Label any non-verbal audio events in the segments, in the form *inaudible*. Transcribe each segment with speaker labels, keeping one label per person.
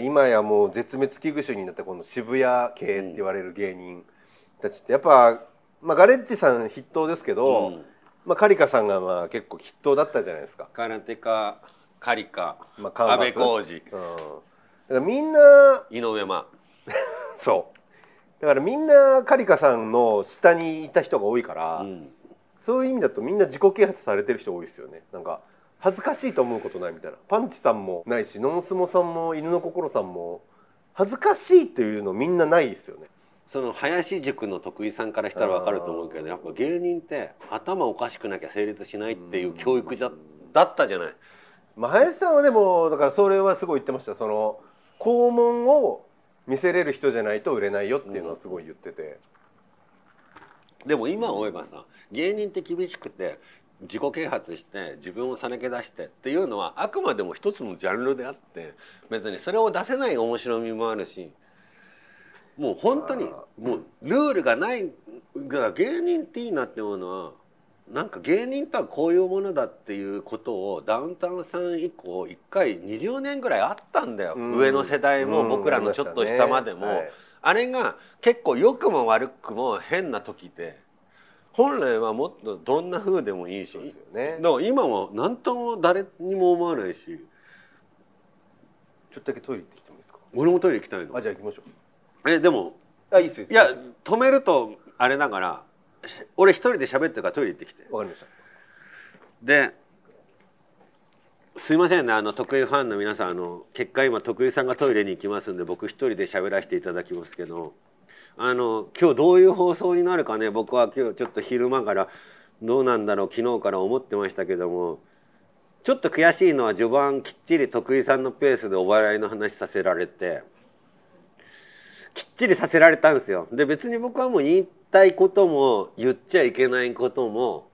Speaker 1: 今やもう絶滅危惧種になったこの渋谷系って言われる芸人たちってやっぱ、まあ、ガレッジさん筆頭ですけど、
Speaker 2: うん
Speaker 1: まあ、カリカさんがまあ結構筆頭だったじゃないですか。
Speaker 2: 空手家カリカ、
Speaker 1: まあ
Speaker 2: 安倍浩
Speaker 1: うん、
Speaker 2: 二
Speaker 1: だからみんな
Speaker 2: 井上真
Speaker 1: そうだからみんなカリカさんの下にいた人が多いから、
Speaker 2: うん
Speaker 1: そういう意味だとみんな自己啓発されてる人多いですよねなんか恥ずかしいと思うことないみたいなパンチさんもないしノンスモさんも犬の心さんも恥ずかしいっていうのみんなないですよね
Speaker 2: その林塾の徳井さんからしたらわかると思うけどやっぱ芸人って頭おかしくなきゃ成立しないっていう教育じゃだったじゃない
Speaker 1: まあ、林さんはでもだからそれはすごい言ってましたその肛門を見せれる人じゃないと売れないよっていうのはすごい言ってて、
Speaker 2: でも今思えばさ芸人って厳しくて自己啓発して自分をさらけ出してっていうのはあくまでも一つのジャンルであって別にそれを出せない面白みもあるしもう本当に
Speaker 1: あ
Speaker 2: もうルールがないだから芸人っていいなって思うのはなんか芸人とはこういうものだっていうことをダウンタウンさん以降1回20年ぐらいあったんだよ、
Speaker 1: うん
Speaker 2: 上の世代
Speaker 1: う
Speaker 2: も
Speaker 1: ん
Speaker 2: 僕らのちょっと下までも。
Speaker 1: はい
Speaker 2: あれが結構良くも悪くも変な時で本来はもっとどんな風でもいいし
Speaker 1: そうですよね
Speaker 2: だから今も何とも誰にも思わないし
Speaker 1: ちょっとだけトイレ行ってきてもいいですか
Speaker 2: 俺もトイレ行きたいの
Speaker 1: あじゃあ行きましょ
Speaker 2: えでも
Speaker 1: うあいいっすよいいっす
Speaker 2: い
Speaker 1: よ
Speaker 2: や止めるとあれだから俺一人で喋ってるからトイレ行ってきて
Speaker 1: わかりました
Speaker 2: で。すいませんねあの徳井ファンの皆さんあの結果今徳井さんがトイレに行きますんで僕一人で喋らせていただきますけどあの今日どういう放送になるかね僕は今日ちょっと昼間からどうなんだろう昨日から思ってましたけどもちょっと悔しいのは序盤きっちり徳井さんのペースでお笑いの話させられてきっちりさせられたんですよ。で別に僕はもう言いたいことも言っちゃいけないことも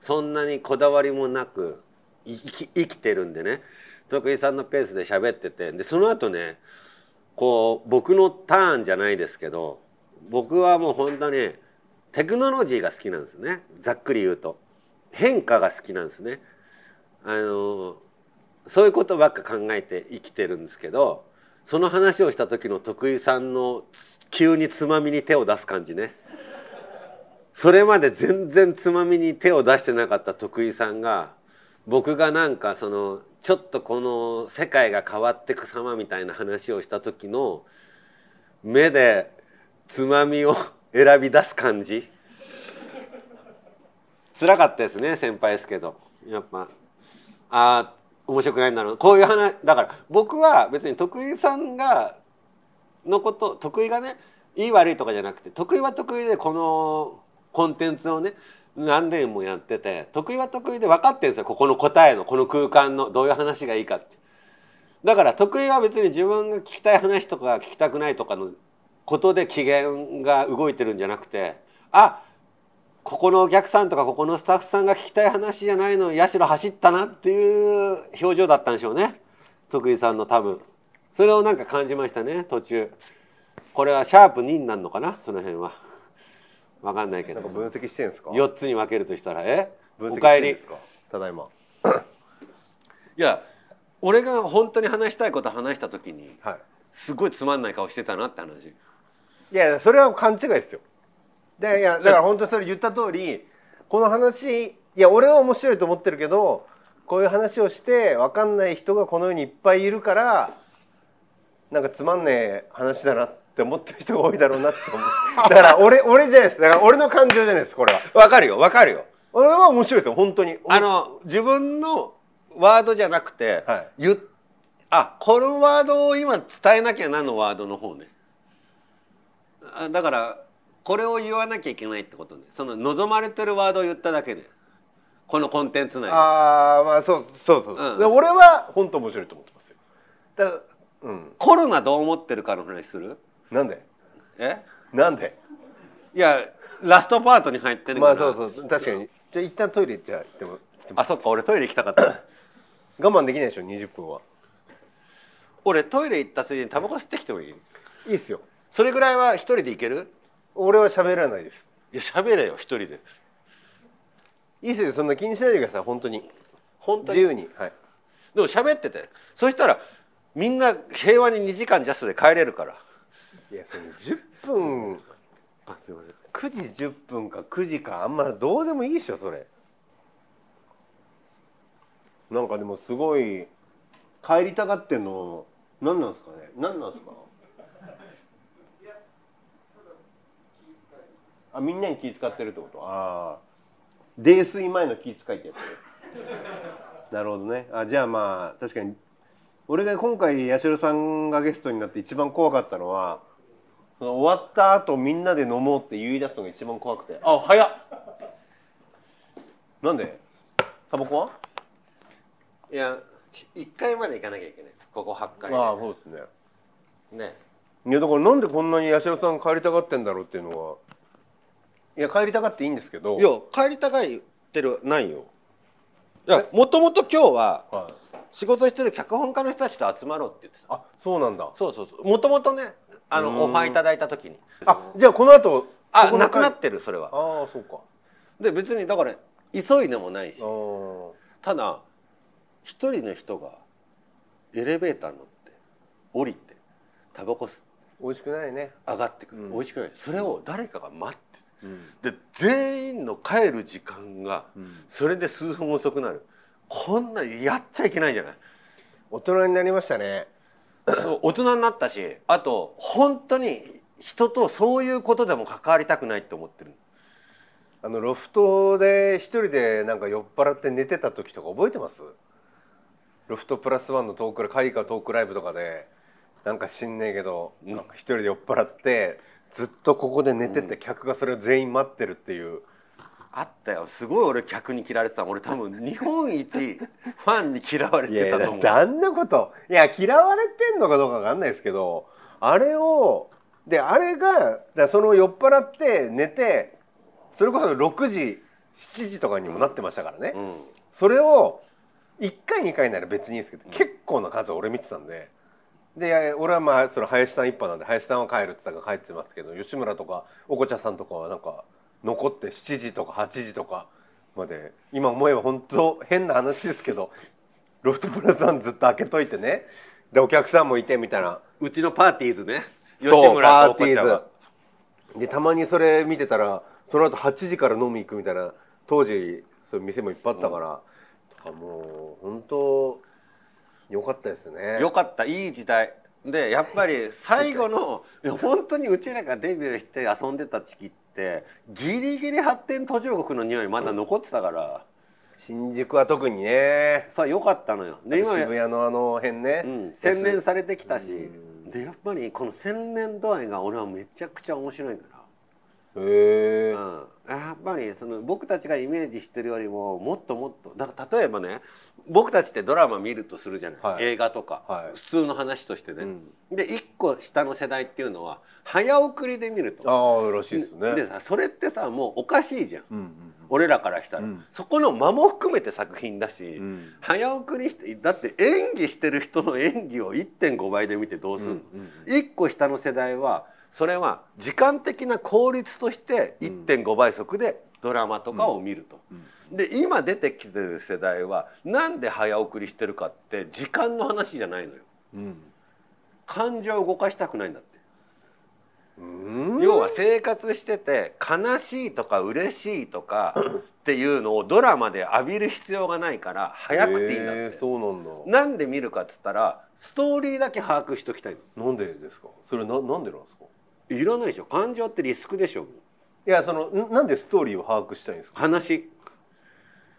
Speaker 2: そんなにこだわりもなく生き生きてるんでね徳井さんのペースで喋っててでその後ねこう僕のターンじゃないですけど僕はもう本当にテクノロジーが好きなんですねざっくり言うと変化が好きなんですねあのそういうことばっか考えて生きてるんですけどその話をした時の徳井さんの急につまみに手を出す感じねそれまで全然つまみに手を出してなかった徳井さんが僕がなんかそのちょっとこの世界が変わってく様みたいな話をした時の目でつまみを選び出す感じ辛かったですね先輩ですけどやっぱあー面白くないんだろうこういう話だから僕は別に徳井さんがのこと得意がねいい悪いとかじゃなくて得意は得意でこのコンテンツをね何年もやってて得意は得意で分かってるんですよここの答えのこの空間のどういう話がいいかって。だから得意は別に自分が聞きたい話とか聞きたくないとかのことで機嫌が動いてるんじゃなくてあここのお客さんとかここのスタッフさんが聞きたい話じゃないの社走ったなっていう表情だったんでしょうね徳井さんの多分それをなんか感じましたね途中これはシャープ2になるのかなその辺は分かんないけ
Speaker 1: な
Speaker 2: ど
Speaker 1: んか分析してんですか
Speaker 2: 4つに分けるとしたらえ
Speaker 1: 分析
Speaker 2: お
Speaker 1: し
Speaker 2: かえ
Speaker 1: てん
Speaker 2: り
Speaker 1: ですかただいま
Speaker 2: いや俺が本当に話したいこと話した時に
Speaker 1: は
Speaker 2: すごいつまんない顔してたなって話
Speaker 1: いいやいやそれは勘違いですよでいやだから本当にそれ言った通りこの話いや俺は面白いと思ってるけどこういう話をして分かんない人がこの世にいっぱいいるからなんかつまんねえ話だなって思ってる人が多いだろうなって思うだから俺俺じゃないですだから俺の感情じゃないですこれは
Speaker 2: わかるよわかるよ
Speaker 1: 俺は面白いですよ本当に
Speaker 2: あの自分のワードじゃなくて、
Speaker 1: はい
Speaker 2: 言っあこのワードを今伝えなきゃなのワードの方ねあだからこれを言わなきゃいけないってことねその望まれてるワードを言っただけでこのコンテンツ内で
Speaker 1: あーまあそうそうそう、
Speaker 2: うん
Speaker 1: で俺は本当面白いと思ってますよただうん
Speaker 2: コロナどう思ってるかの話する
Speaker 1: なんで
Speaker 2: え
Speaker 1: なんで
Speaker 2: いやラストパートに入ってる
Speaker 1: ま
Speaker 2: から、
Speaker 1: あそうそう確かにじゃあ一旦トイレ行っちゃ行っても
Speaker 2: あそっか俺トイレ行きたか *laughs* った
Speaker 1: 我慢できないでしょ20分は
Speaker 2: 俺トイレ行ったついでにタバコ吸ってきてもいい
Speaker 1: いいっすよ
Speaker 2: それぐらいは一人で行ける
Speaker 1: 俺は喋らないです
Speaker 2: いや喋れよ一人で
Speaker 1: いいっすよそんな気にしないでください本当に
Speaker 2: 本当
Speaker 1: 自
Speaker 2: に
Speaker 1: 由にはい
Speaker 2: でも喋っててそしたらみんな平和に2時間ジャストで帰れるから
Speaker 1: いやその10分
Speaker 2: あすいません
Speaker 1: 9時10分か9時かあんまどうでもいいでしょそれなんかでもすごい帰りたがってんの何なんですかね何なんですかあみんなに気使ってるってことああ泥酔前の気使いってやつなるほどねあじゃあまあ確かに俺が今回八代さんがゲストになって一番怖かったのはその終わった後みんなで飲もうって言い出すのが一番怖くてあ早っなんでタバコはい
Speaker 2: や1階まで行かなきゃいけないここ8階
Speaker 1: ああそうですね
Speaker 2: でね
Speaker 1: いやだからなんでこんなに八代さん帰りたがってんだろうっていうのはいや帰りたがっていいんですけど
Speaker 2: いや帰りたがってるないよいやもともと今日は
Speaker 1: はい、
Speaker 2: 仕事してる脚本家の人たちと集まろうって言ってた
Speaker 1: あそうなんだ
Speaker 2: そうそうそうもともとねあ
Speaker 1: うー
Speaker 2: の
Speaker 1: ん
Speaker 2: オファーいただいた時に
Speaker 1: あじゃあこの後そ
Speaker 2: あ
Speaker 1: この
Speaker 2: なく
Speaker 1: 会
Speaker 2: なってるそれは
Speaker 1: ああそうか
Speaker 2: で別にだから急いでもないし
Speaker 1: あー
Speaker 2: ただ一人の人がエレベーター乗って降りてタバコ吸って
Speaker 1: 美味しくないね、
Speaker 2: 上がってくる、
Speaker 1: うん
Speaker 2: 美味しくないそれを誰かが待って
Speaker 1: うん
Speaker 2: で全員の帰る時間がそれで数分遅くなるこんなやっちゃいけないじゃない
Speaker 1: 大人になりましたね
Speaker 2: そう大人になったしあと本当に人とそういうことでも関わりたくないって思ってる
Speaker 1: あのロフトで一人でなんか酔っ払って寝てた時とか覚えてますロフトプラスワンのトークラカリカトークライブとかでなんか知んねえけど
Speaker 2: うん
Speaker 1: なんか一人で酔っ払ってずっとここで寝てて客がそれを全員待ってるっていう
Speaker 2: あったよすごい俺客に嫌われてた俺多分日本一ファンに嫌われ
Speaker 1: いや
Speaker 2: て
Speaker 1: いや
Speaker 2: たと
Speaker 1: だっ
Speaker 2: 思う
Speaker 1: てあんなこといや嫌われてんのかどうかわかんないですけどあれをであれがだからその酔っ払って寝てそれこそ6時7時とかにもなってましたからね、
Speaker 2: うん
Speaker 1: それを1回2回なら別にいいですけど、結構な数俺見てたんでで俺はまあその林さん一派なんで林さんは帰るって言ったから帰ってますけど吉村とかおこちゃさんとかはなんか残って7時とか8時とかまで今思えば本当変な話ですけどロフトプラスワンずっと開けといてねでお客さんもいてみたいな
Speaker 2: うちのパーティーズね吉
Speaker 1: そう
Speaker 2: 村とお
Speaker 1: パ
Speaker 2: こ
Speaker 1: ーティ
Speaker 2: ちゃん
Speaker 1: ー
Speaker 2: は
Speaker 1: ズでたまにそれ見てたらその後8時から飲み行くみたいな当時そういう店もいっぱいあったから、とかもう本当良かったですね
Speaker 2: よかったいい時代でやっぱり最後のいや本当にうちらがデビューして遊んでた時期ってギリギリ発展途上国の匂いまだ残ってたから
Speaker 1: 新宿は特にね
Speaker 2: さあよかったのよで
Speaker 1: 渋
Speaker 2: 今、
Speaker 1: 谷のあの辺ね、
Speaker 2: うん、洗練されてきたしでやっぱりこの洗練度合いが俺はめちゃくちゃ面白いから。
Speaker 1: へえ
Speaker 2: うん、やっぱりその僕たちがイメージしてるよりももっともっとだから例えばね僕たちってドラマ見るとするじゃない、
Speaker 1: はい
Speaker 2: 映画とか、
Speaker 1: はい
Speaker 2: 普通の話としてね、
Speaker 1: うん
Speaker 2: で1個下の世代っていうのは早送りで見ると
Speaker 1: ああらしいですね
Speaker 2: でさそれってさもうおかしいじゃん、
Speaker 1: うん
Speaker 2: 俺らからしたら、
Speaker 1: うん
Speaker 2: そこの間も含めて作品だし、
Speaker 1: うんうん
Speaker 2: 早送りしてだって演技してる人の演技を1.5倍で見てどうするの、
Speaker 1: うんうん
Speaker 2: 1個下の世代はそれは時間的な効率として1.5倍速でドラマとかを見ると。で今出てきてる世代はなんで早送りしてるかって時間の話じゃないのよ。
Speaker 1: うん
Speaker 2: 感情を動かしたくないんだって。
Speaker 1: うん
Speaker 2: 要は生活してて悲しいとか嬉しいとかっていうのをドラマで浴びる必要がないから早くていいんだっ
Speaker 1: へ
Speaker 2: て
Speaker 1: え。そうなんだ
Speaker 2: なんで見るかっつったらストーリーだけ把握しときたいの
Speaker 1: なんでですかそれななんでなんですか
Speaker 2: いらないでしょ感情ってリスクでしょ
Speaker 1: いやそのんなんでストーリーを把握したいんですか
Speaker 2: 話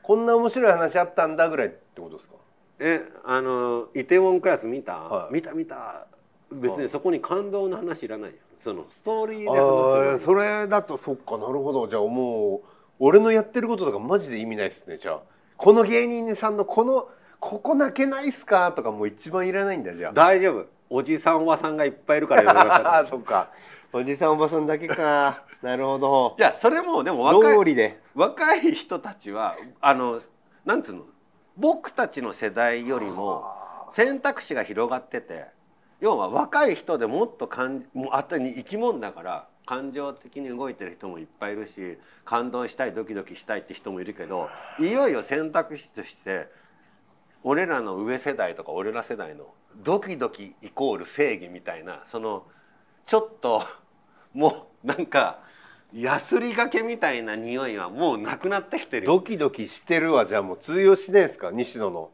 Speaker 1: こんな面白い話あったんだぐらいってことですか
Speaker 2: えあのイテウォンクラス見た、
Speaker 1: はい
Speaker 2: 見た見た別にそこに感動の話いらないよそのストーリーで
Speaker 1: ああ
Speaker 2: 話す
Speaker 1: それだとそっかなるほどじゃあもう俺のやってることとかマジで意味ないっすねじゃあこの芸人さんのこのここ泣けないっすかとかもう一番いらないんだじゃあ
Speaker 2: 大丈夫おじさんおばさんがいっぱいいるから世の中
Speaker 1: あ *laughs* ーそっかおじさんおばさんだけかなるほど
Speaker 2: *laughs* いやそれもでも若い
Speaker 1: 道理で
Speaker 2: 若い人たちはあのなんつうの僕たちの世代よりも選択肢が広がってて要は若い人でもっと感じもうあたに生き物だから感情的に動いてる人もいっぱいいるし感動したいドキドキしたいって人もいるけどいよいよ選択肢として俺らの上世代とか俺ら世代のドキドキイコール正義みたいなそのちょっと *laughs* もうなんかヤスリがけみたいな匂いはもうなくなってきてるよ
Speaker 1: ドキドキしてるはじゃあもう通用しないですか西野の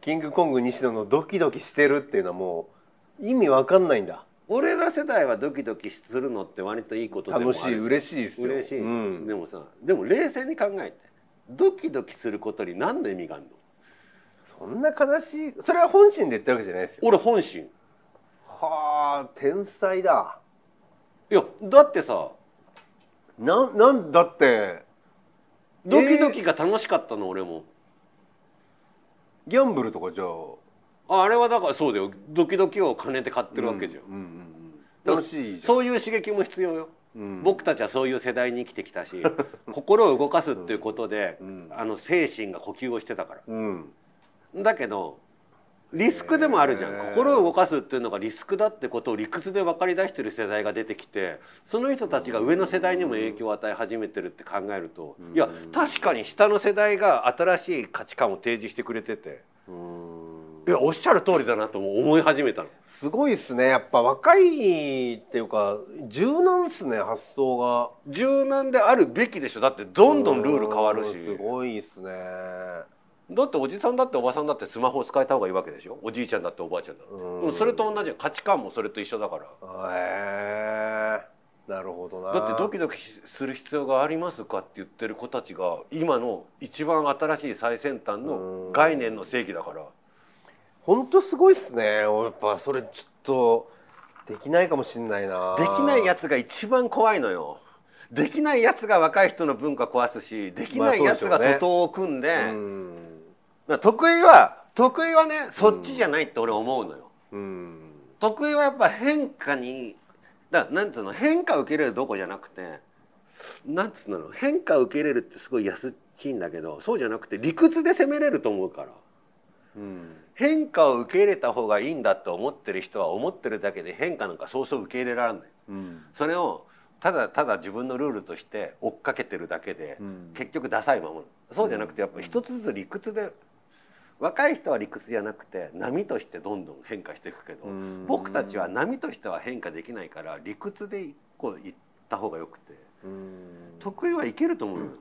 Speaker 1: キングコング西野のドキドキしてるっていうのはもう意味わかんないんだ
Speaker 2: 俺ら世代はドキドキするのって割といいことでも
Speaker 1: 楽
Speaker 2: あ
Speaker 1: しい
Speaker 2: る
Speaker 1: 嬉しいですよ
Speaker 2: 嬉しい、
Speaker 1: うん
Speaker 2: でもさでも冷静に考えてドキドキすることに何の意味があるの
Speaker 1: そんな悲しいそれは本心で言ってるわけじゃないですよ
Speaker 2: 俺本心
Speaker 1: はあ天才だ
Speaker 2: いやだってさ
Speaker 1: なんなんだって
Speaker 2: ドキドキが楽しかったの俺も、
Speaker 1: ギャンブルとかじゃあ
Speaker 2: ああれはだからそうだよドキドキを金で買ってるわけじゃん、
Speaker 1: うんうんうん楽しいじゃん
Speaker 2: そういう刺激も必要よ、
Speaker 1: うん
Speaker 2: 僕たちはそういう世代に生きてき
Speaker 1: *laughs*
Speaker 2: たし心を動かすっていうことで、
Speaker 1: うん
Speaker 2: あの精神が呼吸をしてたから
Speaker 1: うん
Speaker 2: だけどリスクでもあるじゃん、
Speaker 1: へー
Speaker 2: 心を動かすっていうのがリスクだってことを理屈で分かり出してる世代が出てきてその人たちが上の世代にも影響を与え始めてるって考えると、いや確かに下の世代が新しい価値観を提示してくれてていやおっしゃる通りだなとも思い始めたの。
Speaker 1: すごいっすねやっぱ若いっていうか柔軟っすね発想が
Speaker 2: 柔軟であるべきでしょだってどんどんルール変わる
Speaker 1: う
Speaker 2: し
Speaker 1: んすごいっすね
Speaker 2: だっておじさんだっておばさんだってスマホを使えた方がいいわけでしょおじいちゃんだっておばあちゃんだって
Speaker 1: うん
Speaker 2: でもそれと同じよ価値観もそれと一緒だから
Speaker 1: へえなるほどな
Speaker 2: だってドキドキする必要がありますかって言ってる子たちが今の一番新しい最先端
Speaker 1: う
Speaker 2: の
Speaker 1: ん
Speaker 2: 概念の正義だから
Speaker 1: ほんとすごいっすねやっぱそれちょっとできないかもしんないな
Speaker 2: できないやつが一番怖いのよできないやつが若い人の文化壊すしできないやつが
Speaker 1: まあそうでしょうね
Speaker 2: 徒党を組んで,、
Speaker 1: うん
Speaker 2: 得意は得意はねそっちじゃないって俺思うのよ。
Speaker 1: うん
Speaker 2: 得意はやっぱ変化にだなんつうの変化を受け入れるどこじゃなくてなんつうの変化を受け入れるってすごい安っちいんだけどそうじゃなくて理屈で攻めれると思うから
Speaker 1: うん
Speaker 2: 変化を受け入れた方がいいんだと思ってる人は思ってるだけで変化なんかそうそう受け入れられない
Speaker 1: うん
Speaker 2: それをただただ自分のルールとして追っかけてるだけで、
Speaker 1: うん
Speaker 2: 結局ダサいままなのそうじゃなくてやっぱ一つずつ理屈で若い人は理屈じゃなくて波としてどんどん変化していくけど、
Speaker 1: うん
Speaker 2: 僕たちは波としては変化できないから理屈で一個いった方がよくて
Speaker 1: うん
Speaker 2: 得意はいけると思うよね。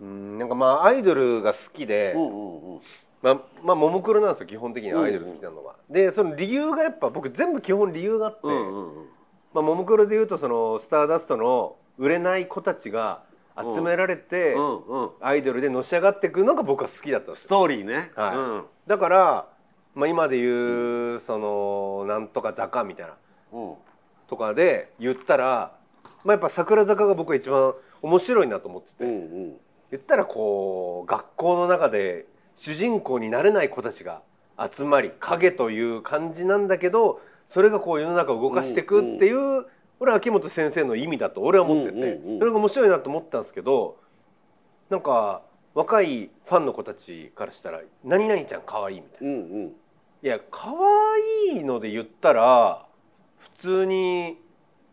Speaker 1: うんなんかまあアイドルが好きで、
Speaker 2: うんうんうん
Speaker 1: まあまあももクロなんですよ基本的にはアイドル好きなのは、でその理由がやっぱ僕全部基本理由があって、
Speaker 2: うんうんうん
Speaker 1: まあ、ももクロでいうとそのスターダストの売れない子たちが集められて、
Speaker 2: うんうん
Speaker 1: アイドルでのし上がっていくのが僕は好きだったんです
Speaker 2: ス
Speaker 1: よ
Speaker 2: トーリーね。
Speaker 1: はい
Speaker 2: うん
Speaker 1: だから、まあ、今で言う、そのなんとか坂みたいな
Speaker 2: うん
Speaker 1: とかで言ったら、まあ、やっぱ桜坂が僕は一番面白いなと思ってて、
Speaker 2: うんうん
Speaker 1: 言ったらこう学校の中で主人公になれない子たちが集まり影という感じなんだけどそれがこう世の中を動かしていくっていう、俺は秋元先生の意味だと俺は思ってて、
Speaker 2: うんうんうん
Speaker 1: それが面白いなと思ったんですけどなんか若いファンの子たちからしたら「何々ちゃん可愛いみたいな。
Speaker 2: うんうん
Speaker 1: いや可愛いので言ったら普通に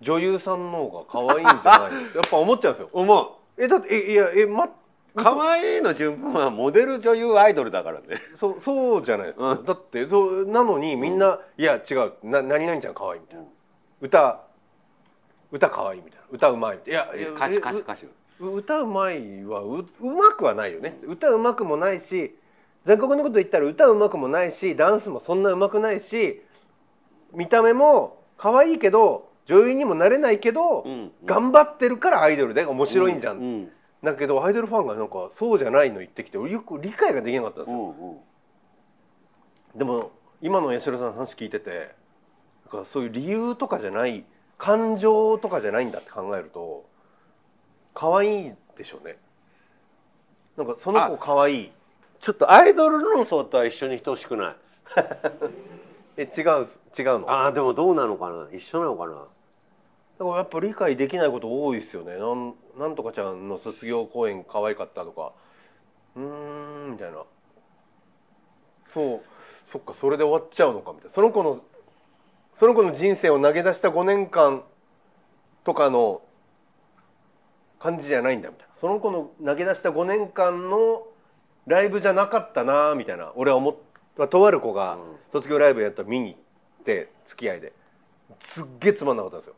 Speaker 1: 女優さんの方が可愛いんじゃない
Speaker 2: *laughs*
Speaker 1: やっぱ思っちゃうんですよ。
Speaker 2: 思う。
Speaker 1: えだってえいやえま
Speaker 2: 可愛いの順番はモデル女優アイドルだからね。
Speaker 1: そうそうじゃないですか、
Speaker 2: うん
Speaker 1: だってそうなのにみんな「いや違うな何々ちゃん可愛いみたいな、
Speaker 2: うん
Speaker 1: 歌歌可愛いみたいな歌うまいみたいないやいや
Speaker 2: 歌手歌手歌手。
Speaker 1: う歌うまいはううまくはないよね、歌うまくもないし全国のこと言ったら歌うまくもないしダンスもそんなうまくないし見た目も可愛いけど女優にもなれないけど、
Speaker 2: うん
Speaker 1: 頑張ってるからアイドルで面白いんじゃん、
Speaker 2: うんうん
Speaker 1: だけどアイドルファンがなんかそうじゃないの言ってきて俺よく理解ができなかったんですよ、
Speaker 2: うんうん
Speaker 1: でも今の八代さんの話聞いててなんかそういう理由とかじゃない感情とかじゃないんだって考えると可愛いでしょうねなんかその子可愛い
Speaker 2: ちょっとアイドル論争とは一緒にしてほしくない
Speaker 1: え違う違うのだか
Speaker 2: ああでもどうなのかな一緒なのかな
Speaker 1: らやっぱ理解できないこと多いですよねなんなんとかちゃんの卒業公演可愛かったとかうーんみたいなそうそっかそれで終わっちゃうのかみたいなその子のその子の人生を投げ出した5年間とかの感じじゃないんだみたいなその子の投げ出した5年間のライブじゃなかったなみたいな俺は思っとある子が
Speaker 2: うん
Speaker 1: 卒業ライブやったら見に行って付き合いですっげえつまんなかったんですよ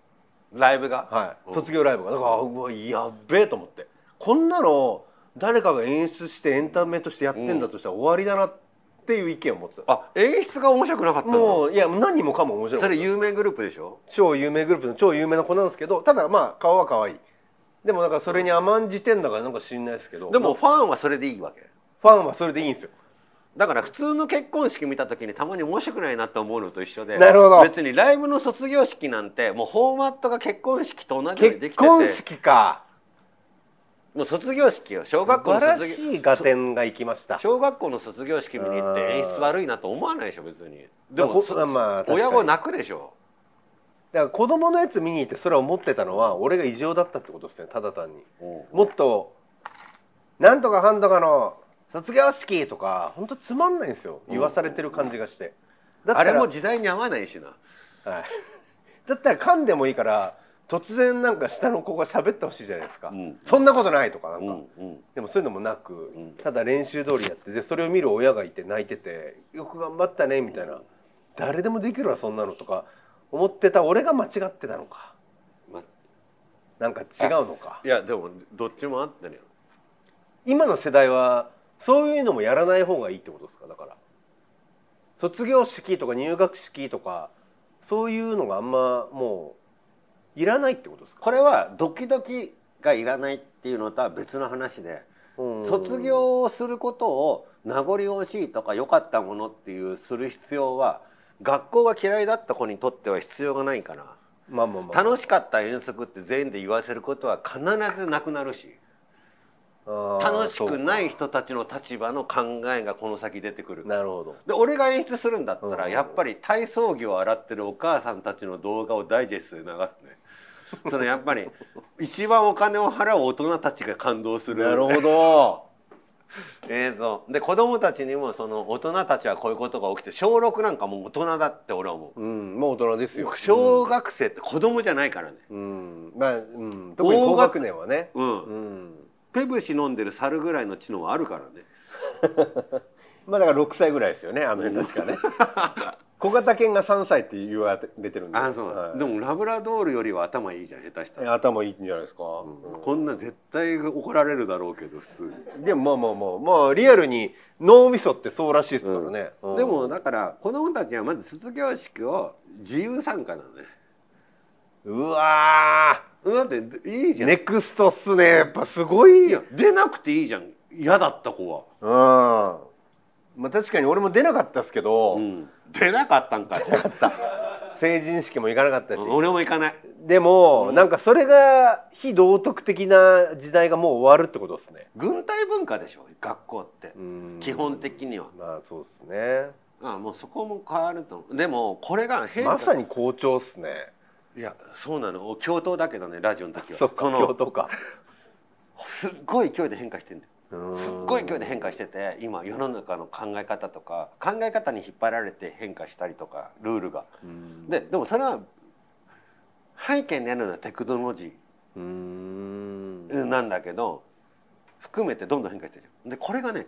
Speaker 2: ライブが、
Speaker 1: はい、卒
Speaker 2: 業
Speaker 1: 業ライブがだからあうわやっべえと思ってこんなの誰かが演出してエンタメとしてやってんだとしたら終わりだなっていう意見を持ってた、
Speaker 2: あ演出が面白くなかったの
Speaker 1: もういや何もかも面白い
Speaker 2: それ有名グループでしょ
Speaker 1: 超有名グループの超有名な子なんですけどただまあ顔は可愛いでもなんかそれに甘んじてんだからなんか知んないですけど
Speaker 2: でも
Speaker 1: ま
Speaker 2: ファンはそれでいいわけ
Speaker 1: あファンはそれでいいんですよ
Speaker 2: だから普通の結婚式見た時にたまに面白くないなって思うのと一緒で
Speaker 1: なるほど
Speaker 2: 別にライブの卒業式なんてもうフォーマットが結婚式と同じようにで
Speaker 1: 結
Speaker 2: きてて
Speaker 1: 婚式か
Speaker 2: もう卒業式よ小
Speaker 1: 素
Speaker 2: 学校の
Speaker 1: 晴ら
Speaker 2: 卒
Speaker 1: し
Speaker 2: 業
Speaker 1: い合点が行きました
Speaker 2: 小学校の卒業式見に行って演出悪いなと思わないでしょ別にで
Speaker 1: まあこ
Speaker 2: も、そ
Speaker 1: まあ確かに
Speaker 2: 親は泣くでしょ
Speaker 1: だから子供のやつ見に行ってそれを思ってたのは俺が異常だったってことですねただ単に
Speaker 2: も
Speaker 1: もっと「なんとかかんとかの卒業式」とか本当つまんないんですよ言わされてる感じがしてだった
Speaker 2: あ
Speaker 1: ら
Speaker 2: れも時代に合わないしな
Speaker 1: はい、だったら噛んでもいいから突然なんか下の子が喋ってほしいじゃないですか、
Speaker 2: うん
Speaker 1: そんなことないとかなんか、
Speaker 2: うんうん
Speaker 1: でもそういうのもなく、
Speaker 2: うん
Speaker 1: ただ練習通りやってでそれを見る親がいて泣いてて「よく頑張ったね」みたいな、誰でもできるわそんなの」とか思ってた俺が間違ってたのか
Speaker 2: まあ
Speaker 1: なんか違うのか
Speaker 2: いやでもどっちもあってね
Speaker 1: 今の世代はそういうのもやらない方がいいってことですかだから卒業式とか入学式とかそういうのがあんまもういらないってことですか
Speaker 2: これはドキドキがいらないっていうのとは別の話で
Speaker 1: うん
Speaker 2: 卒業をすることを名残惜しいとか良かったものっていうする必要は学校が嫌いだった子にとっては必要がないから
Speaker 1: まあまあまあ
Speaker 2: 楽しかった遠足って全員で言わせることは必ずなくなるし
Speaker 1: あー
Speaker 2: 楽しく
Speaker 1: そ
Speaker 2: ない人たちの立場の考えがこの先出てくる
Speaker 1: う。なるほど
Speaker 2: で俺が演出するんだったら
Speaker 1: うん
Speaker 2: やっぱり体操着を洗ってるお母さんたちの動画をダイジェストで流すね。そのやっぱり *laughs* 一番お金を払う大人たちが感動する
Speaker 1: なるほ
Speaker 2: ど *laughs* 映像で子供たちにもその大人たちはこういうことが起きて小6なんかもう大人だって俺は思う
Speaker 1: うんもう大人ですよ
Speaker 2: 小学生って子供じゃないからね
Speaker 1: うんまあ、うん、特に高学年はね
Speaker 2: うん、
Speaker 1: うん
Speaker 2: ペブシ飲んでる猿ぐらいの知能はあるからね
Speaker 1: まあだから6歳ぐらいですよねあの辺確かね小型犬が3歳って言われてるんで
Speaker 2: あそう、
Speaker 1: はい
Speaker 2: でもラブラドールよりは頭いいじゃん下手したら、
Speaker 1: 頭いいんじゃないですか、
Speaker 2: うんこんな絶対怒られるだろうけど普通に
Speaker 1: でもまあまあまあまあリアルに脳みそってそうらしいですからね、うん
Speaker 2: でもだから子供たちはまず卒業式を自由参加なのね
Speaker 1: うわ
Speaker 2: だっていいじ
Speaker 1: ー
Speaker 2: ゃん、
Speaker 1: ネクストっすねやっぱすごい
Speaker 2: いや出なくていいじゃん嫌だった子は、
Speaker 1: うんまあ確かに俺も出なかったですけど、
Speaker 2: うん出なかったんか
Speaker 1: 成人式も行かなかったし、
Speaker 2: 俺も行かない
Speaker 1: でも、なんかそれが非道徳的な時代がもう終わるってことですね、
Speaker 2: 軍隊文化でしょ学校って、
Speaker 1: うん
Speaker 2: 基本的には
Speaker 1: まあそうですね
Speaker 2: あもうそこも変わると思うでもこれが変化
Speaker 1: まさに校長っすね
Speaker 2: いやそうなの教頭だけどねラジオの時は
Speaker 1: そっか教
Speaker 2: の
Speaker 1: 頭か
Speaker 2: すっごい勢いで変化してるんだよ
Speaker 1: うん
Speaker 2: すっごい勢いで変化してて今世の中の考え方とか考え方に引っ張られて変化したりとかルールが。
Speaker 1: うん
Speaker 2: ででもそれは背景にあるのはテクノロジ
Speaker 1: うん
Speaker 2: ーなんだけど含めてどんどん変化してるじゃん。でこれがね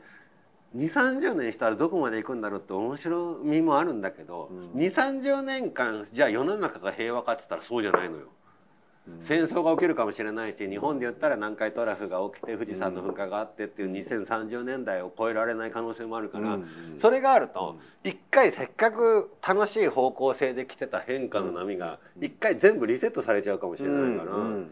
Speaker 2: 2三3 0年したらどこまで行くんだろうって面白みもあるんだけど、
Speaker 1: うん
Speaker 2: 2三3 0年間じゃあ世の中が平和かって言ったらそうじゃないのよ。戦争が起きるかもしれないし日本で言ったら南海トラフが起きて富士山の噴火があってっていう2030年代を超えられない可能性もあるから、
Speaker 1: うんうん
Speaker 2: それがあると一回せっかく楽しい方向性で来てた変化の波が一回全部リセットされちゃうかもしれないから、
Speaker 1: うんうんうん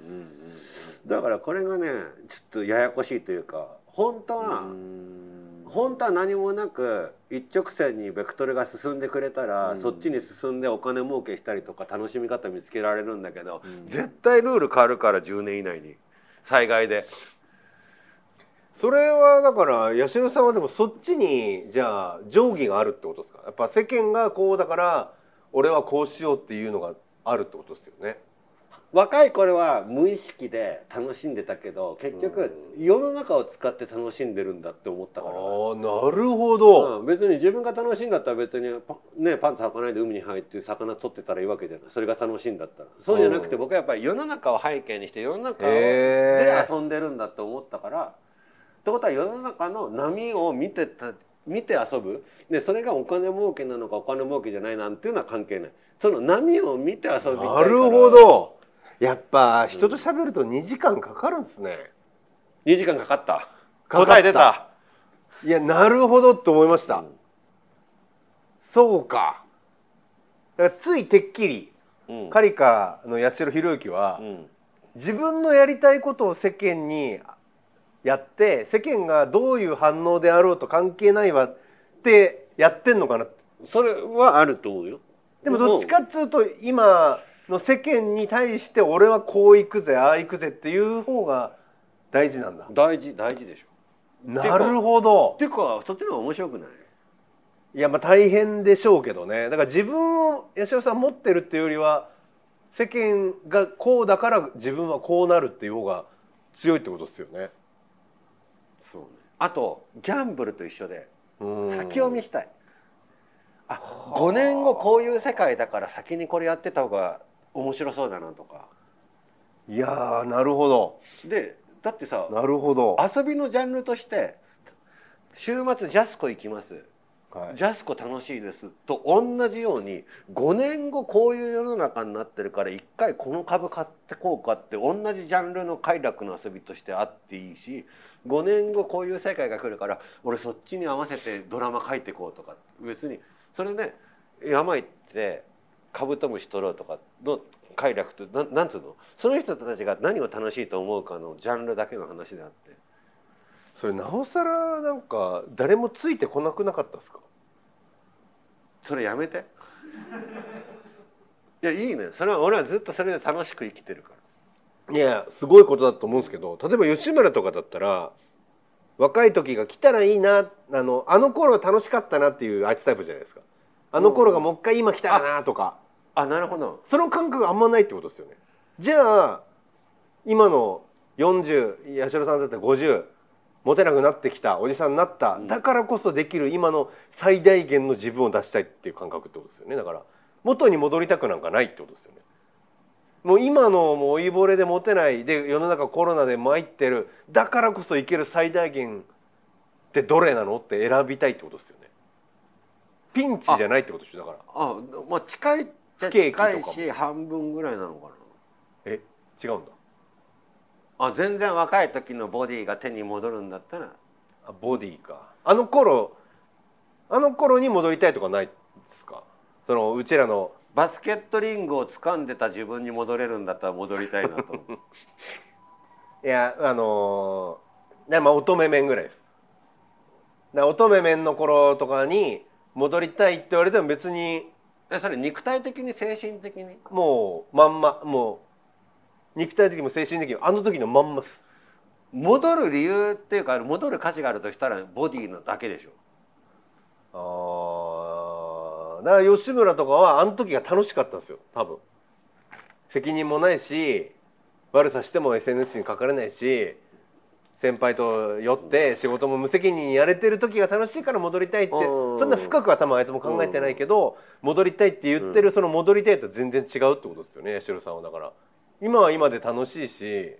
Speaker 2: だからこれがねちょっとややこしいというか本当は、
Speaker 1: うん
Speaker 2: 本当は何もなく一直線にベクトルが進んでくれたら、そっちに進んでお金儲けしたりとか楽しみ方見つけられるんだけど、絶対ルール変わるから10年以内に災害で
Speaker 1: それはだから八代さんはでもそっちにじゃあ定義があるってことですかやっぱ世間がこうだから俺はこうしようっていうのがあるってことですよね
Speaker 2: 若い頃は無意識で楽しんでたけど結局世の中を使って楽しんでるんだって思った
Speaker 1: あ
Speaker 2: から、
Speaker 1: ーなるほど、
Speaker 2: うん別に自分が楽しいんだったら別にパ,、ね、パンツ履かないで海に入って魚取ってたらいいわけじゃないそれが楽しいんだったらそうじゃなくて
Speaker 1: うん
Speaker 2: 僕はやっぱり世の中を背景にして世の中を
Speaker 1: へ
Speaker 2: で
Speaker 1: ー
Speaker 2: 遊んでるんだって思ったからってことは世の中の波を見てた見て遊ぶでそれがお金儲けなのかお金儲けじゃないなんていうのは関係ないその波を見て遊びたいから
Speaker 1: なるほどやっぱ人と喋ると2時間かかるんですね、
Speaker 2: 2時間かかった
Speaker 1: かかった
Speaker 2: 答え出た
Speaker 1: いやなるほどって思いました、そうかだからついてっきり
Speaker 2: うん
Speaker 1: カリカの八代宏之は、
Speaker 2: うん
Speaker 1: 自分のやりたいことを世間にやって世間がどういう反応であろうと関係ないわってやってんのかなって
Speaker 2: それはあると思うよ
Speaker 1: でもどっちかっつうと今の世間に対して俺はこう行くぜああ行くぜっていう方が大事なんだ
Speaker 2: 大事大事でしょ
Speaker 1: なるほど
Speaker 2: っていうかそっちの方が面白くない
Speaker 1: いやまあ大変でしょうけどねだから自分を八代さん持ってるっていうよりは世間がこうだから自分はこうなるっていう方が強いってことですよね
Speaker 2: そうねあとギャンブルと一緒で
Speaker 1: うん
Speaker 2: 先読みしたいあ5年後こういう世界だから先にこれやってた方が面白そうだなとか
Speaker 1: いやーなるほど
Speaker 2: でだってさ
Speaker 1: なるほど、
Speaker 2: 遊びのジャンルとして週末ジャスコ行きます
Speaker 1: はい
Speaker 2: ジャスコ楽しいですと同じように5年後こういう世の中になってるから一回この株買ってこうかって同じジャンルの快楽の遊びとしてあっていいし5年後こういう世界が来るから俺そっちに合わせてドラマ書いてこうとか別にそれね山行ってカブトムシ取ろうとかの快楽となんなんつうのその人たちが何を楽しいと思うかのジャンルだけの話であって
Speaker 1: それなおさらなんか誰もついてこなくなかったですか
Speaker 2: それやめて *laughs* いやいいねそれは俺はずっとそれで楽しく生きてるから
Speaker 1: いやすごいことだと思うんですけど例えば吉村とかだったら若い時が来たらいいなあのあの頃楽しかったなっていうあいつタイプじゃないですかあの頃がもう一回今来たらなとか、
Speaker 2: あなるほど
Speaker 1: その感覚があんまないってことですよねじゃあ今の40八代さんだったら50モテなくなってきたおじさんになった、
Speaker 2: うん
Speaker 1: だからこそできる今の最大限の自分を出したいっていう感覚ってことですよねだから元に戻りたくなんかないってことですよねもう今のもう老いぼれでモテないで世の中コロナで参ってるだからこそいける最大限ってどれなのって選びたいってことですよねピンチじゃないってことでしょだから
Speaker 2: あまあ近いっちゃ
Speaker 1: 不景気とか
Speaker 2: 近
Speaker 1: も
Speaker 2: いし半分ぐらいなのか
Speaker 1: え違うんだ
Speaker 2: なあ全然若い時のボディが手に戻るんだったら
Speaker 1: あボディかあの頃あの頃に戻りたいとかないですかそのうちらの
Speaker 2: バスケットリングを掴んでた自分に戻れるんだったら戻りたいなと思う
Speaker 1: いやあのーねまあ乙女面ぐらいですだから乙女面の頃とかに戻りたいって言われても別に
Speaker 2: *laughs* えそれ肉体的に精神的に
Speaker 1: もうまんまもう肉体的にも精神的にもあの時のまんまです
Speaker 2: 戻る理由っていうか戻る価値があるとしたらボディのだけでしょ
Speaker 1: あーだから吉村とかはあの時が楽しかったんですよ多分責任もないし悪さしても SNS に書かれないし先輩と酔って仕事も無責任にやれてる時が楽しいから戻りたいって
Speaker 2: うん
Speaker 1: そんな深くは多分あいつも考えてないけど戻りたいって言ってるその戻りたいとは全然違うってことですよね八代さんはだから今は今で楽しいし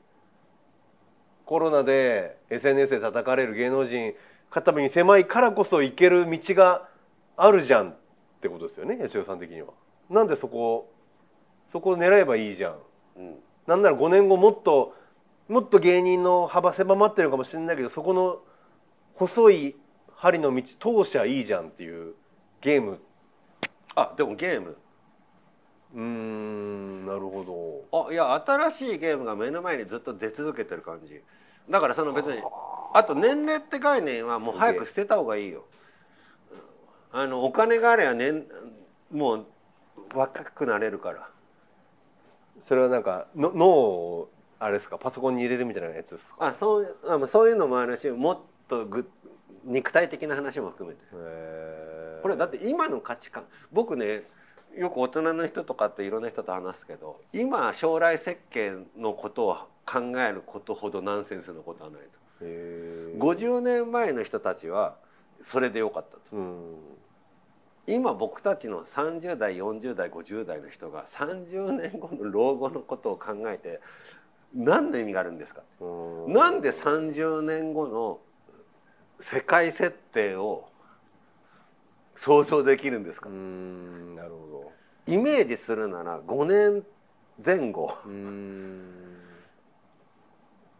Speaker 1: コロナで SNS で叩かれる芸能人肩身に狭いからこそ行ける道があるじゃんってことですよね八代さん的には。なんでそこをそこを狙えばいいじゃん。
Speaker 2: うん
Speaker 1: なんなら5年後もっともっと芸人の幅狭まってるかもしれないけどそこの細い針の道通しゃいいじゃんっていうゲーム
Speaker 2: あでもゲーム
Speaker 1: うーんなるほ
Speaker 2: あいや新しいゲームが目の前にずっと出続けてる感じだからその別にあと年齢って概念はもう早く捨てた方がいいよあのお金があれば年もう若くなれるから
Speaker 1: どそれはなんかの脳をあれですかパソコンに入れるみたいなやつですか
Speaker 2: あそうあもうそういうのもあるしもっとぐ肉体的な話も含めて
Speaker 1: へー
Speaker 2: これだって今の価値観僕ねよく大人の人とかっていろんな人と話すけど今将来設計のことを考えることほどナンセンスなことはないと。
Speaker 1: へー
Speaker 2: 50年前の人たちはそれでよかったと
Speaker 1: うん
Speaker 2: 今僕たちの30代40代50代の人が30年後の老後のことを考えて何の意味があるんですか
Speaker 1: うん
Speaker 2: なんで30年後の世界設定を想像できるんですか、
Speaker 1: んなるほ
Speaker 2: イメージするなら5年前後
Speaker 1: どうん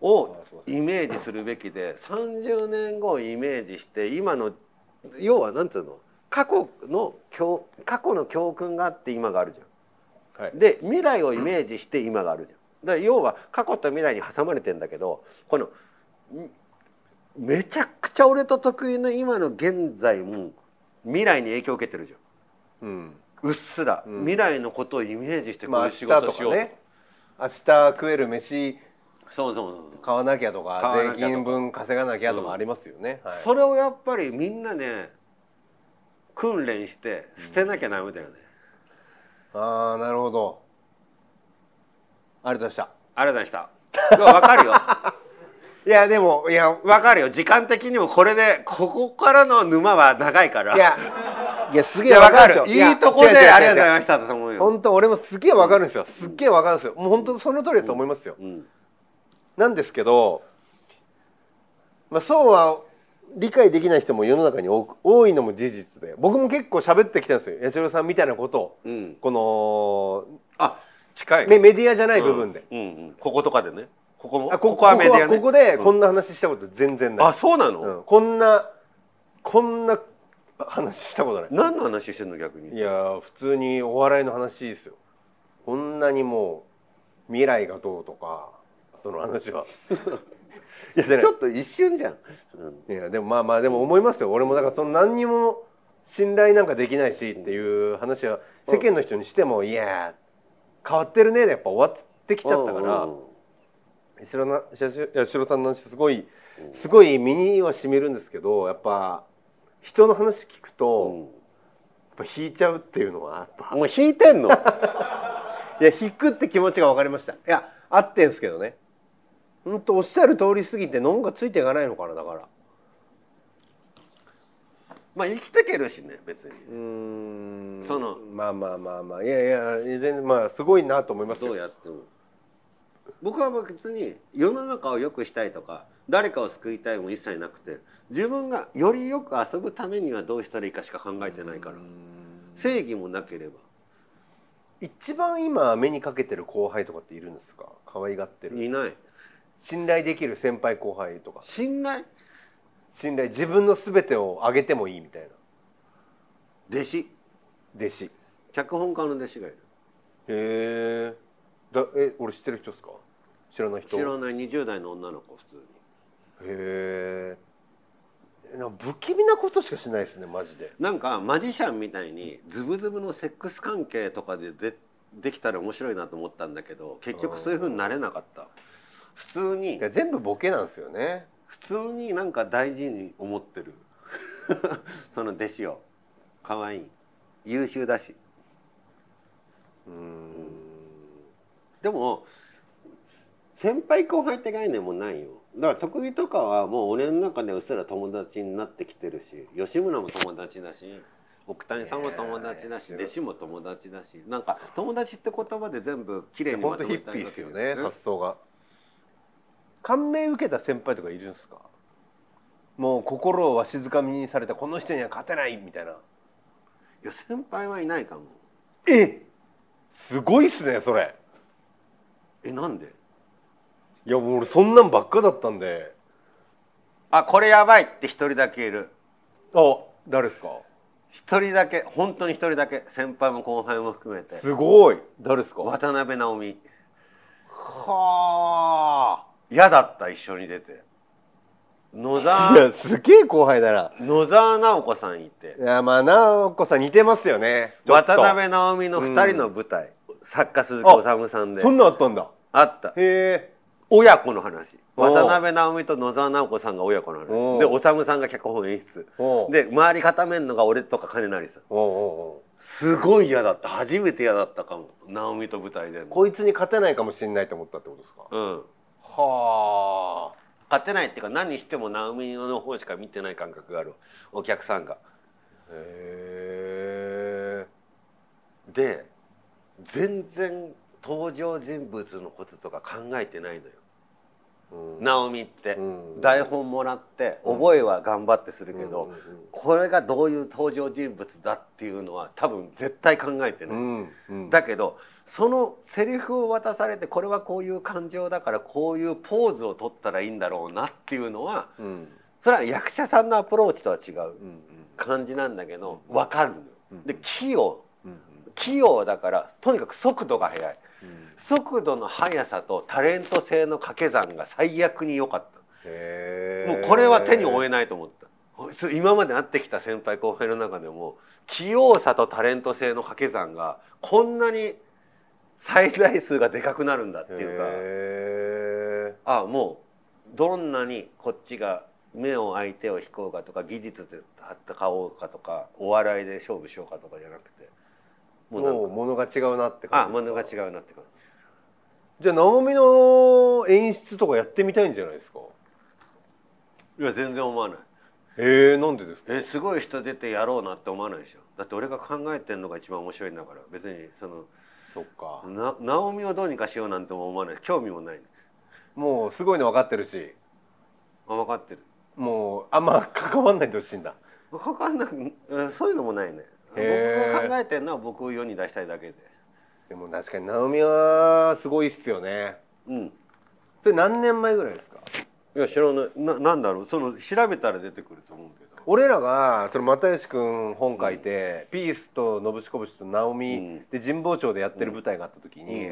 Speaker 2: をイメージするべきで30年後をイメージして今の要はなんつうの過去の教過去の教訓があって今があるじゃん。
Speaker 1: はい
Speaker 2: で未来をイメージして今があるじゃん。だから要は過去と未来に挟まれてんだけどこのんめちゃくちゃ俺と得意の今の現在も未来に影響を受けてるじゃん。
Speaker 1: うん
Speaker 2: うっすら、
Speaker 1: うん
Speaker 2: 未来のことをイメージしてこ
Speaker 1: まあ
Speaker 2: う
Speaker 1: 明
Speaker 2: いう
Speaker 1: 日
Speaker 2: 仕
Speaker 1: と
Speaker 2: 事しよ
Speaker 1: か
Speaker 2: うと、
Speaker 1: ね明日食える飯
Speaker 2: そうそうそうそう
Speaker 1: 買わなきゃとか
Speaker 2: 買わな
Speaker 1: 税
Speaker 2: きゃとか
Speaker 1: 金分稼がなきゃとかありますよね、はい、
Speaker 2: それをやっぱりみんなね訓練して捨てなきゃダメだよね、
Speaker 1: ああなるほどありがとうございまし
Speaker 2: ありがとうございましたいやわか *laughs* るよ
Speaker 1: たいやでもいや
Speaker 2: わかるよ時間的にもこれでここからの沼は長いから
Speaker 1: いやいやす
Speaker 2: い
Speaker 1: げえ
Speaker 2: や
Speaker 1: わ
Speaker 2: わ
Speaker 1: か
Speaker 2: か
Speaker 1: る
Speaker 2: る
Speaker 1: よ
Speaker 2: いいとこでありがとうございましたと思うよ、
Speaker 1: 本当俺もすげえわかるんですよすっげえわかるんですよもう本当その通りだと思いますよ、
Speaker 2: うん、
Speaker 1: なんですけど、まあ、そうは理解できない人も世の中に多く多いのも事実で僕も結構喋ってきたんですよ八代さんみたいなことを
Speaker 2: うん、
Speaker 1: こ
Speaker 2: あ近い
Speaker 1: のメメディアじゃない部分で、
Speaker 2: うんうんうんこことかでねここも
Speaker 1: あ
Speaker 2: ここはメディアね
Speaker 1: ここでこ
Speaker 2: うん
Speaker 1: んな話したこと全然ない、
Speaker 2: あそうなの、
Speaker 1: うんこんなこんな話したことない
Speaker 2: 何の話してんの逆に
Speaker 1: いやー普通にお笑いの話ですよこんなにもう未来がどうとかその話 *laughs* はいやでね
Speaker 2: ちょっと一瞬じゃん、うん
Speaker 1: いやでもまあまあでも思いますよ俺もだからその何にも信頼なんかできないしっていう話は世間の人にしても「いやー変わってるね」でやっぱ終わってきちゃったから
Speaker 2: うんうん
Speaker 1: 八代な八代さんの話すごいすごい身にはしみるんですけどやっぱ人の話聞く
Speaker 2: う
Speaker 1: と
Speaker 2: ん
Speaker 1: やっぱ引いちゃうっていうのはやっぱ
Speaker 2: もう引いてん *laughs* の
Speaker 1: いや引くって気持ちが分かりましたいや合ってんすけどねほんとおっしゃる通りすぎてのんがついていかないのかなだから
Speaker 2: まあ生きてけるしね別に
Speaker 1: うーん
Speaker 2: その
Speaker 1: まあまあまあまあいやいや全然まあすごいなと思います
Speaker 2: どう
Speaker 1: よ
Speaker 2: やっても僕は別に世の中を良くしたいとか誰かを救いたいも一切なくて自分がよりよく遊ぶためにはどうしたらいいかしか考えてないから正義もなければ
Speaker 1: 一番今目にかけてる後輩とかっているんですか可愛がってる
Speaker 2: いない
Speaker 1: 信頼できる先輩後輩とか
Speaker 2: 信頼
Speaker 1: 信頼自分の全てをあげてもいいみたいな
Speaker 2: 弟子
Speaker 1: 弟子へ
Speaker 2: 脚本家の弟子がいる
Speaker 1: えだえ俺知ってる人ですか知らない人
Speaker 2: 知らない20代の女の子普通に
Speaker 1: へえなんか不気味なことしかしないですねマジで
Speaker 2: なんかマジシャンみたいにズブズブのセックス関係とかででできたら面白いなと思ったんだけど結局そういう風になれなかった普通に
Speaker 1: いや全部ボケなんですよね
Speaker 2: 普通になんか大事に思ってる *laughs* その弟子を可愛い優秀だし
Speaker 1: うん
Speaker 2: でも先輩後輩って概念もないよだから得意とかはもう俺の中でうっすら友達になってきてるし吉村も友達だし奥谷さんも友達だ
Speaker 1: い
Speaker 2: し
Speaker 1: やー
Speaker 2: 弟子も友達だしなんか友達って言葉で全部綺麗に
Speaker 1: 本
Speaker 2: ま
Speaker 1: 当
Speaker 2: と
Speaker 1: ヒ
Speaker 2: め
Speaker 1: ッ
Speaker 2: た
Speaker 1: ピ
Speaker 2: い
Speaker 1: ー
Speaker 2: わ
Speaker 1: です
Speaker 2: け
Speaker 1: よ
Speaker 2: よ
Speaker 1: ね発想が感銘受けた先輩とかいるんですかもう心をわしづかみにされたこの人には勝てないみたいない
Speaker 2: や先輩はいないかも
Speaker 1: えすごいっすねそれ
Speaker 2: えなんで
Speaker 1: いやもう俺そんなんばっかだったんで
Speaker 2: あこれやばいって一人だけいる
Speaker 1: あ誰ですか
Speaker 2: 一人だけ本当に一人だけ先輩も後輩も含めて
Speaker 1: すごい誰ですか
Speaker 2: 渡辺直美
Speaker 1: は
Speaker 2: 嫌だった一緒に出て野
Speaker 1: あい
Speaker 2: 沢
Speaker 1: やすげえ後輩だな
Speaker 2: 野沢直子さんいて
Speaker 1: いやまあ直子さん似てますよねちょっと
Speaker 2: 渡辺直美の2人の舞台、作家鈴木治さんで
Speaker 1: そんなんあったんだ
Speaker 2: あった
Speaker 1: へえ
Speaker 2: 親子の話
Speaker 1: おう
Speaker 2: 渡辺直美と野沢直子さんが親子の
Speaker 1: おう
Speaker 2: 話で治さんが脚本演出
Speaker 1: おう
Speaker 2: で周り固めんのが俺とか金成さん
Speaker 1: おうおうおう
Speaker 2: すごい嫌だった初めて嫌だったかも直美と舞台でも
Speaker 1: こいつに勝てないかもしれないと思ったってことですか
Speaker 2: うん
Speaker 1: はあ
Speaker 2: 勝てないっていうか何しても直美の方しか見てない感覚があるお客さんが。
Speaker 1: へえ
Speaker 2: で全然登場人物のこととか考えてないのよ直美って
Speaker 1: うん
Speaker 2: 台本もらって覚えは頑張ってするけどこれがどういう登場人物だっていうのは多分絶対考えて
Speaker 1: う
Speaker 2: ない。
Speaker 1: んうん
Speaker 2: だけどそのセリフを渡されてこれはこういう感情だからこういうポーズを取ったらいいんだろうなっていうのは
Speaker 1: うんうん
Speaker 2: それは役者さんのアプローチとは違
Speaker 1: う
Speaker 2: う
Speaker 1: ん
Speaker 2: 感じなんだけど分かるのよ。で器用
Speaker 1: うん
Speaker 2: 器用だからとにかく速度が速い
Speaker 1: うん
Speaker 2: 速度の速さとタレント性の掛け算が最悪に良かった。
Speaker 1: へー
Speaker 2: もうこれは手に負えないと思った。そう今まで会ってきた先輩後輩の中でも器用さとタレント性の掛け算がこんなに最大数がでかくなるんだってい
Speaker 1: へ
Speaker 2: うかあもうどんなにこっちが目を相手を引こうかとか技術で戦おうかとかお笑いで勝負しようかとかじゃなくて
Speaker 1: ー
Speaker 2: もうなんか
Speaker 1: もう物が違うなって
Speaker 2: あ
Speaker 1: 感じ
Speaker 2: 物が
Speaker 1: う
Speaker 2: 違うなって感じ。
Speaker 1: じゃあ直美の演出とかやってみたいんじゃないですか
Speaker 2: いや全然思わない。
Speaker 1: えー、なんでですか
Speaker 2: えすごい人出てやろうなって思わないでしょだって俺が考えてんのが一番面白いんだから別にその
Speaker 1: そっか
Speaker 2: な直美をどうにかしようなんても思わない興味もない、
Speaker 1: もうすごいの分かってるし
Speaker 2: あ分かってる
Speaker 1: もうあんま関わんないでほしいんだ
Speaker 2: 分かんなく、うん、そういうのもないね僕
Speaker 1: へー
Speaker 2: が考えてるのは僕を世に出したいだけで
Speaker 1: でも確かに直美はすごいっすよね
Speaker 2: うん
Speaker 1: それ何年前ぐらいですか
Speaker 2: いや知らないななんだろうその調べたら出てくると思うけど
Speaker 1: 俺らがその又吉君本書いて、ピースとノブシコブシと直美、
Speaker 2: うん
Speaker 1: で神保町でやってる舞台があった時に、
Speaker 2: う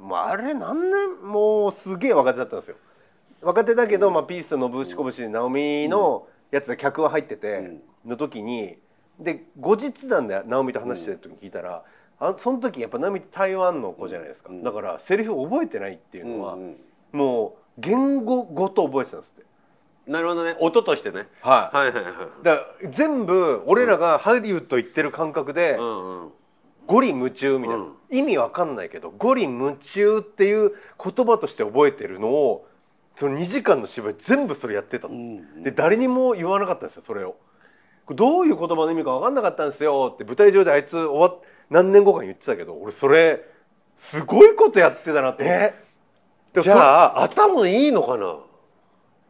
Speaker 2: ん
Speaker 1: まあ、あれ何年もうすげえ若手だったんですよ若手だけど、まあ、ピースとノブシコブシ直美のやつで客は入ってて、の時にで後日談で直美と話してる時に聞いたら、あその時やっぱ直美って台湾の子じゃないですか、
Speaker 2: うん
Speaker 1: だからセリフ覚えてないっていう
Speaker 2: うん
Speaker 1: のは、
Speaker 2: うん
Speaker 1: もう言語ごと覚えてたんですって。
Speaker 2: なるほどね音としてね
Speaker 1: はい
Speaker 2: はいはいはい
Speaker 1: だから全部俺らがハリウッド行ってる感覚で
Speaker 2: うんうん
Speaker 1: ゴリ夢中みたいな、
Speaker 2: うん
Speaker 1: 意味わかんないけどゴリ夢中っていう言葉として覚えてるのをその2時間の芝居全部それやってたの、
Speaker 2: うん
Speaker 1: で誰にも言わなかったんですよそれをこれどういう言葉の意味かわかんなかったんですよって舞台上であいつ終わっ何年後かに言ってたけど俺それすごいことやってたなって
Speaker 2: え
Speaker 1: でも
Speaker 2: じゃあ頭いいのかな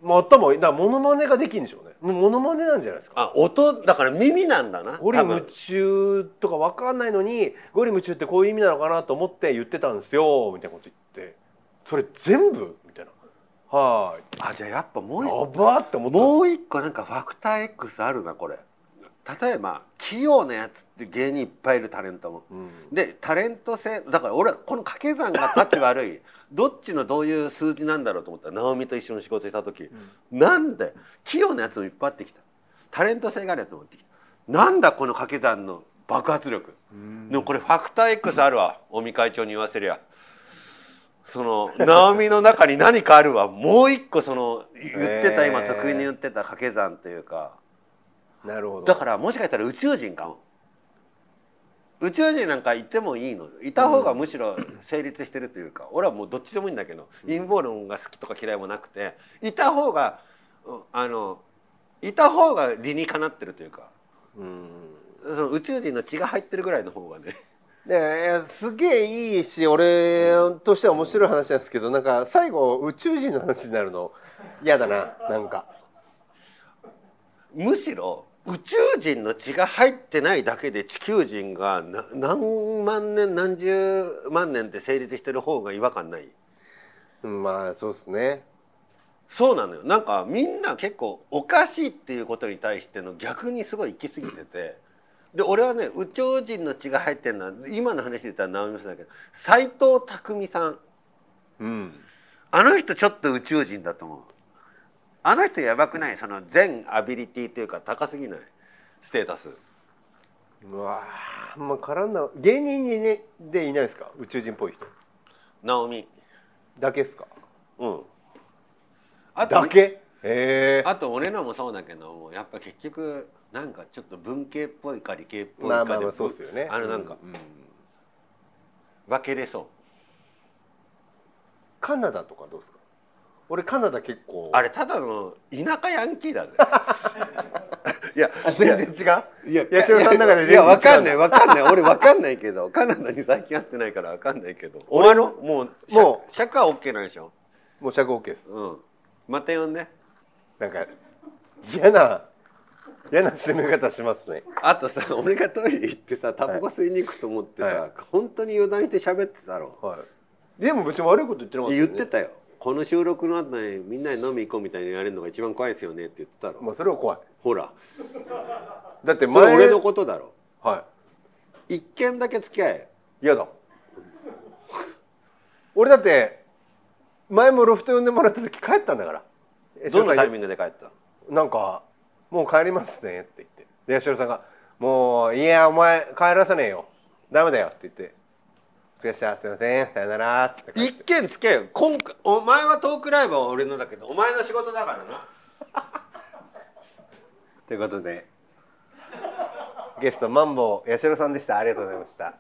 Speaker 1: まあ頭いいだからモノマネができるんでしょうねもうモノマネなんじゃないですか
Speaker 2: あ音だから耳なんだな
Speaker 1: ゴリ
Speaker 2: 多
Speaker 1: 夢
Speaker 2: 分
Speaker 1: 中とか分かんないのにゴリ夢中ってこういう意味なのかなと思って言ってたんですよみたいなこと言ってそれ全部みたいな「は
Speaker 2: あじゃあやっぱ
Speaker 1: ー
Speaker 2: もう
Speaker 1: い
Speaker 2: 一
Speaker 1: やば!」って思ったん
Speaker 2: もう一個なんかファクター X あるなこれ例えば器用なやつって芸人いっぱいいるタレントも、
Speaker 1: うん
Speaker 2: でタレント性だから俺はこの掛け算が立ち悪い *laughs* どっちのどういう数字なんだろうと思ったら直美と一緒に仕事した時、なんで器用なやつもいっぱいあってきたタレント性があるやつも持ってきたなんだこの掛け算の爆発力、でもこれファクター X あるわ尾身会長に言わせりゃ。その直美の中に何かあるわもう一個その言ってた、今
Speaker 1: *laughs* へー
Speaker 2: 得意に言ってた掛け算というか
Speaker 1: なるほど
Speaker 2: だからもしかしたら宇宙人かも宇宙人なんかいてもいいのよいた方がむしろ成立してるというか、俺はもうどっちでもいいんだけど、陰謀論が好きとか嫌いもなくていた方がうんあのいた方が理にかなってるというか
Speaker 1: うん
Speaker 2: その宇宙人の血が入ってるぐらいの方がね
Speaker 1: ですげえいいし俺としては面白い話なんですけどなんか最後宇宙人の話になるの嫌だななんか
Speaker 2: むしろ宇宙人の血が入ってないだけで地球人がな何万年何十万年って成立してる方が違和感ない
Speaker 1: うんまあそうですね
Speaker 2: そうなのよなんかみんな結構おかしいっていうことに対しての逆にすごい行き過ぎててで俺はね宇宙人の血が入ってるのは今の話で言ったら直美さんだけど斎藤工さん
Speaker 1: うん
Speaker 2: あの人ちょっと宇宙人だと思うあの人やばくないその全アビリティというか高すぎないステータス。
Speaker 1: うわあんま絡んだ芸人にねでいないですか宇宙人っぽい人
Speaker 2: 直美
Speaker 1: だけですか
Speaker 2: うんあと
Speaker 1: だけええ
Speaker 2: あと俺らもそうだけどもやっぱ結局なんかちょっと文系っぽいか理系っぽい
Speaker 1: ま
Speaker 2: か
Speaker 1: あまあ
Speaker 2: で、
Speaker 1: まあそうですよね
Speaker 2: あのなんか
Speaker 1: う
Speaker 2: 分けれそう、
Speaker 1: カナダとかどうですか俺カナダ結構
Speaker 2: あれただの田舎ヤンキ
Speaker 1: *laughs*
Speaker 2: ーだぜいや
Speaker 1: あ全然違ういや八代さんの中で全然違う
Speaker 2: いやわかんないわかんない俺わかんないけどカナダに最近会ってないからわかんないけど俺のもう
Speaker 1: も
Speaker 2: もう社会は OK なんでしょ
Speaker 1: もう尺 OK です
Speaker 2: うんまた呼んで
Speaker 1: なんか嫌な嫌な締め方しますね
Speaker 2: あとさ *laughs* 俺がトイレ行ってさタバコ吸いに行くと思ってさ、
Speaker 1: は
Speaker 2: 本当に余談して喋ってたろ、
Speaker 1: はいでも別に悪いこと言ってなかった
Speaker 2: 言
Speaker 1: よ
Speaker 2: っ
Speaker 1: ね
Speaker 2: てたよこの収録の後にみんなに飲み行こうみたいにやれるのが一番怖いですよねって言ってたろ、
Speaker 1: まあそれは怖い
Speaker 2: ほら
Speaker 1: だって
Speaker 2: それ
Speaker 1: 前
Speaker 2: 俺のことだろ
Speaker 1: は
Speaker 2: 一件だけ付き合え
Speaker 1: い嫌だ俺だって前もロフト呼んでもらった時帰ったんだからえ
Speaker 2: どんなタイ
Speaker 1: 翔
Speaker 2: ミングで帰った
Speaker 1: なんか「もう帰りますね」って言ってで八代さんが「もういやお前帰らさねえよダメだよ」って言って「お疲れっしたすいませんさよなら」っつって帰っ
Speaker 2: 一
Speaker 1: て
Speaker 2: 件付き合えよ今回お前はトークライブは俺のだけどお前の仕事だからな
Speaker 1: ということでゲストマンボウ八代さんでしたありがとうございました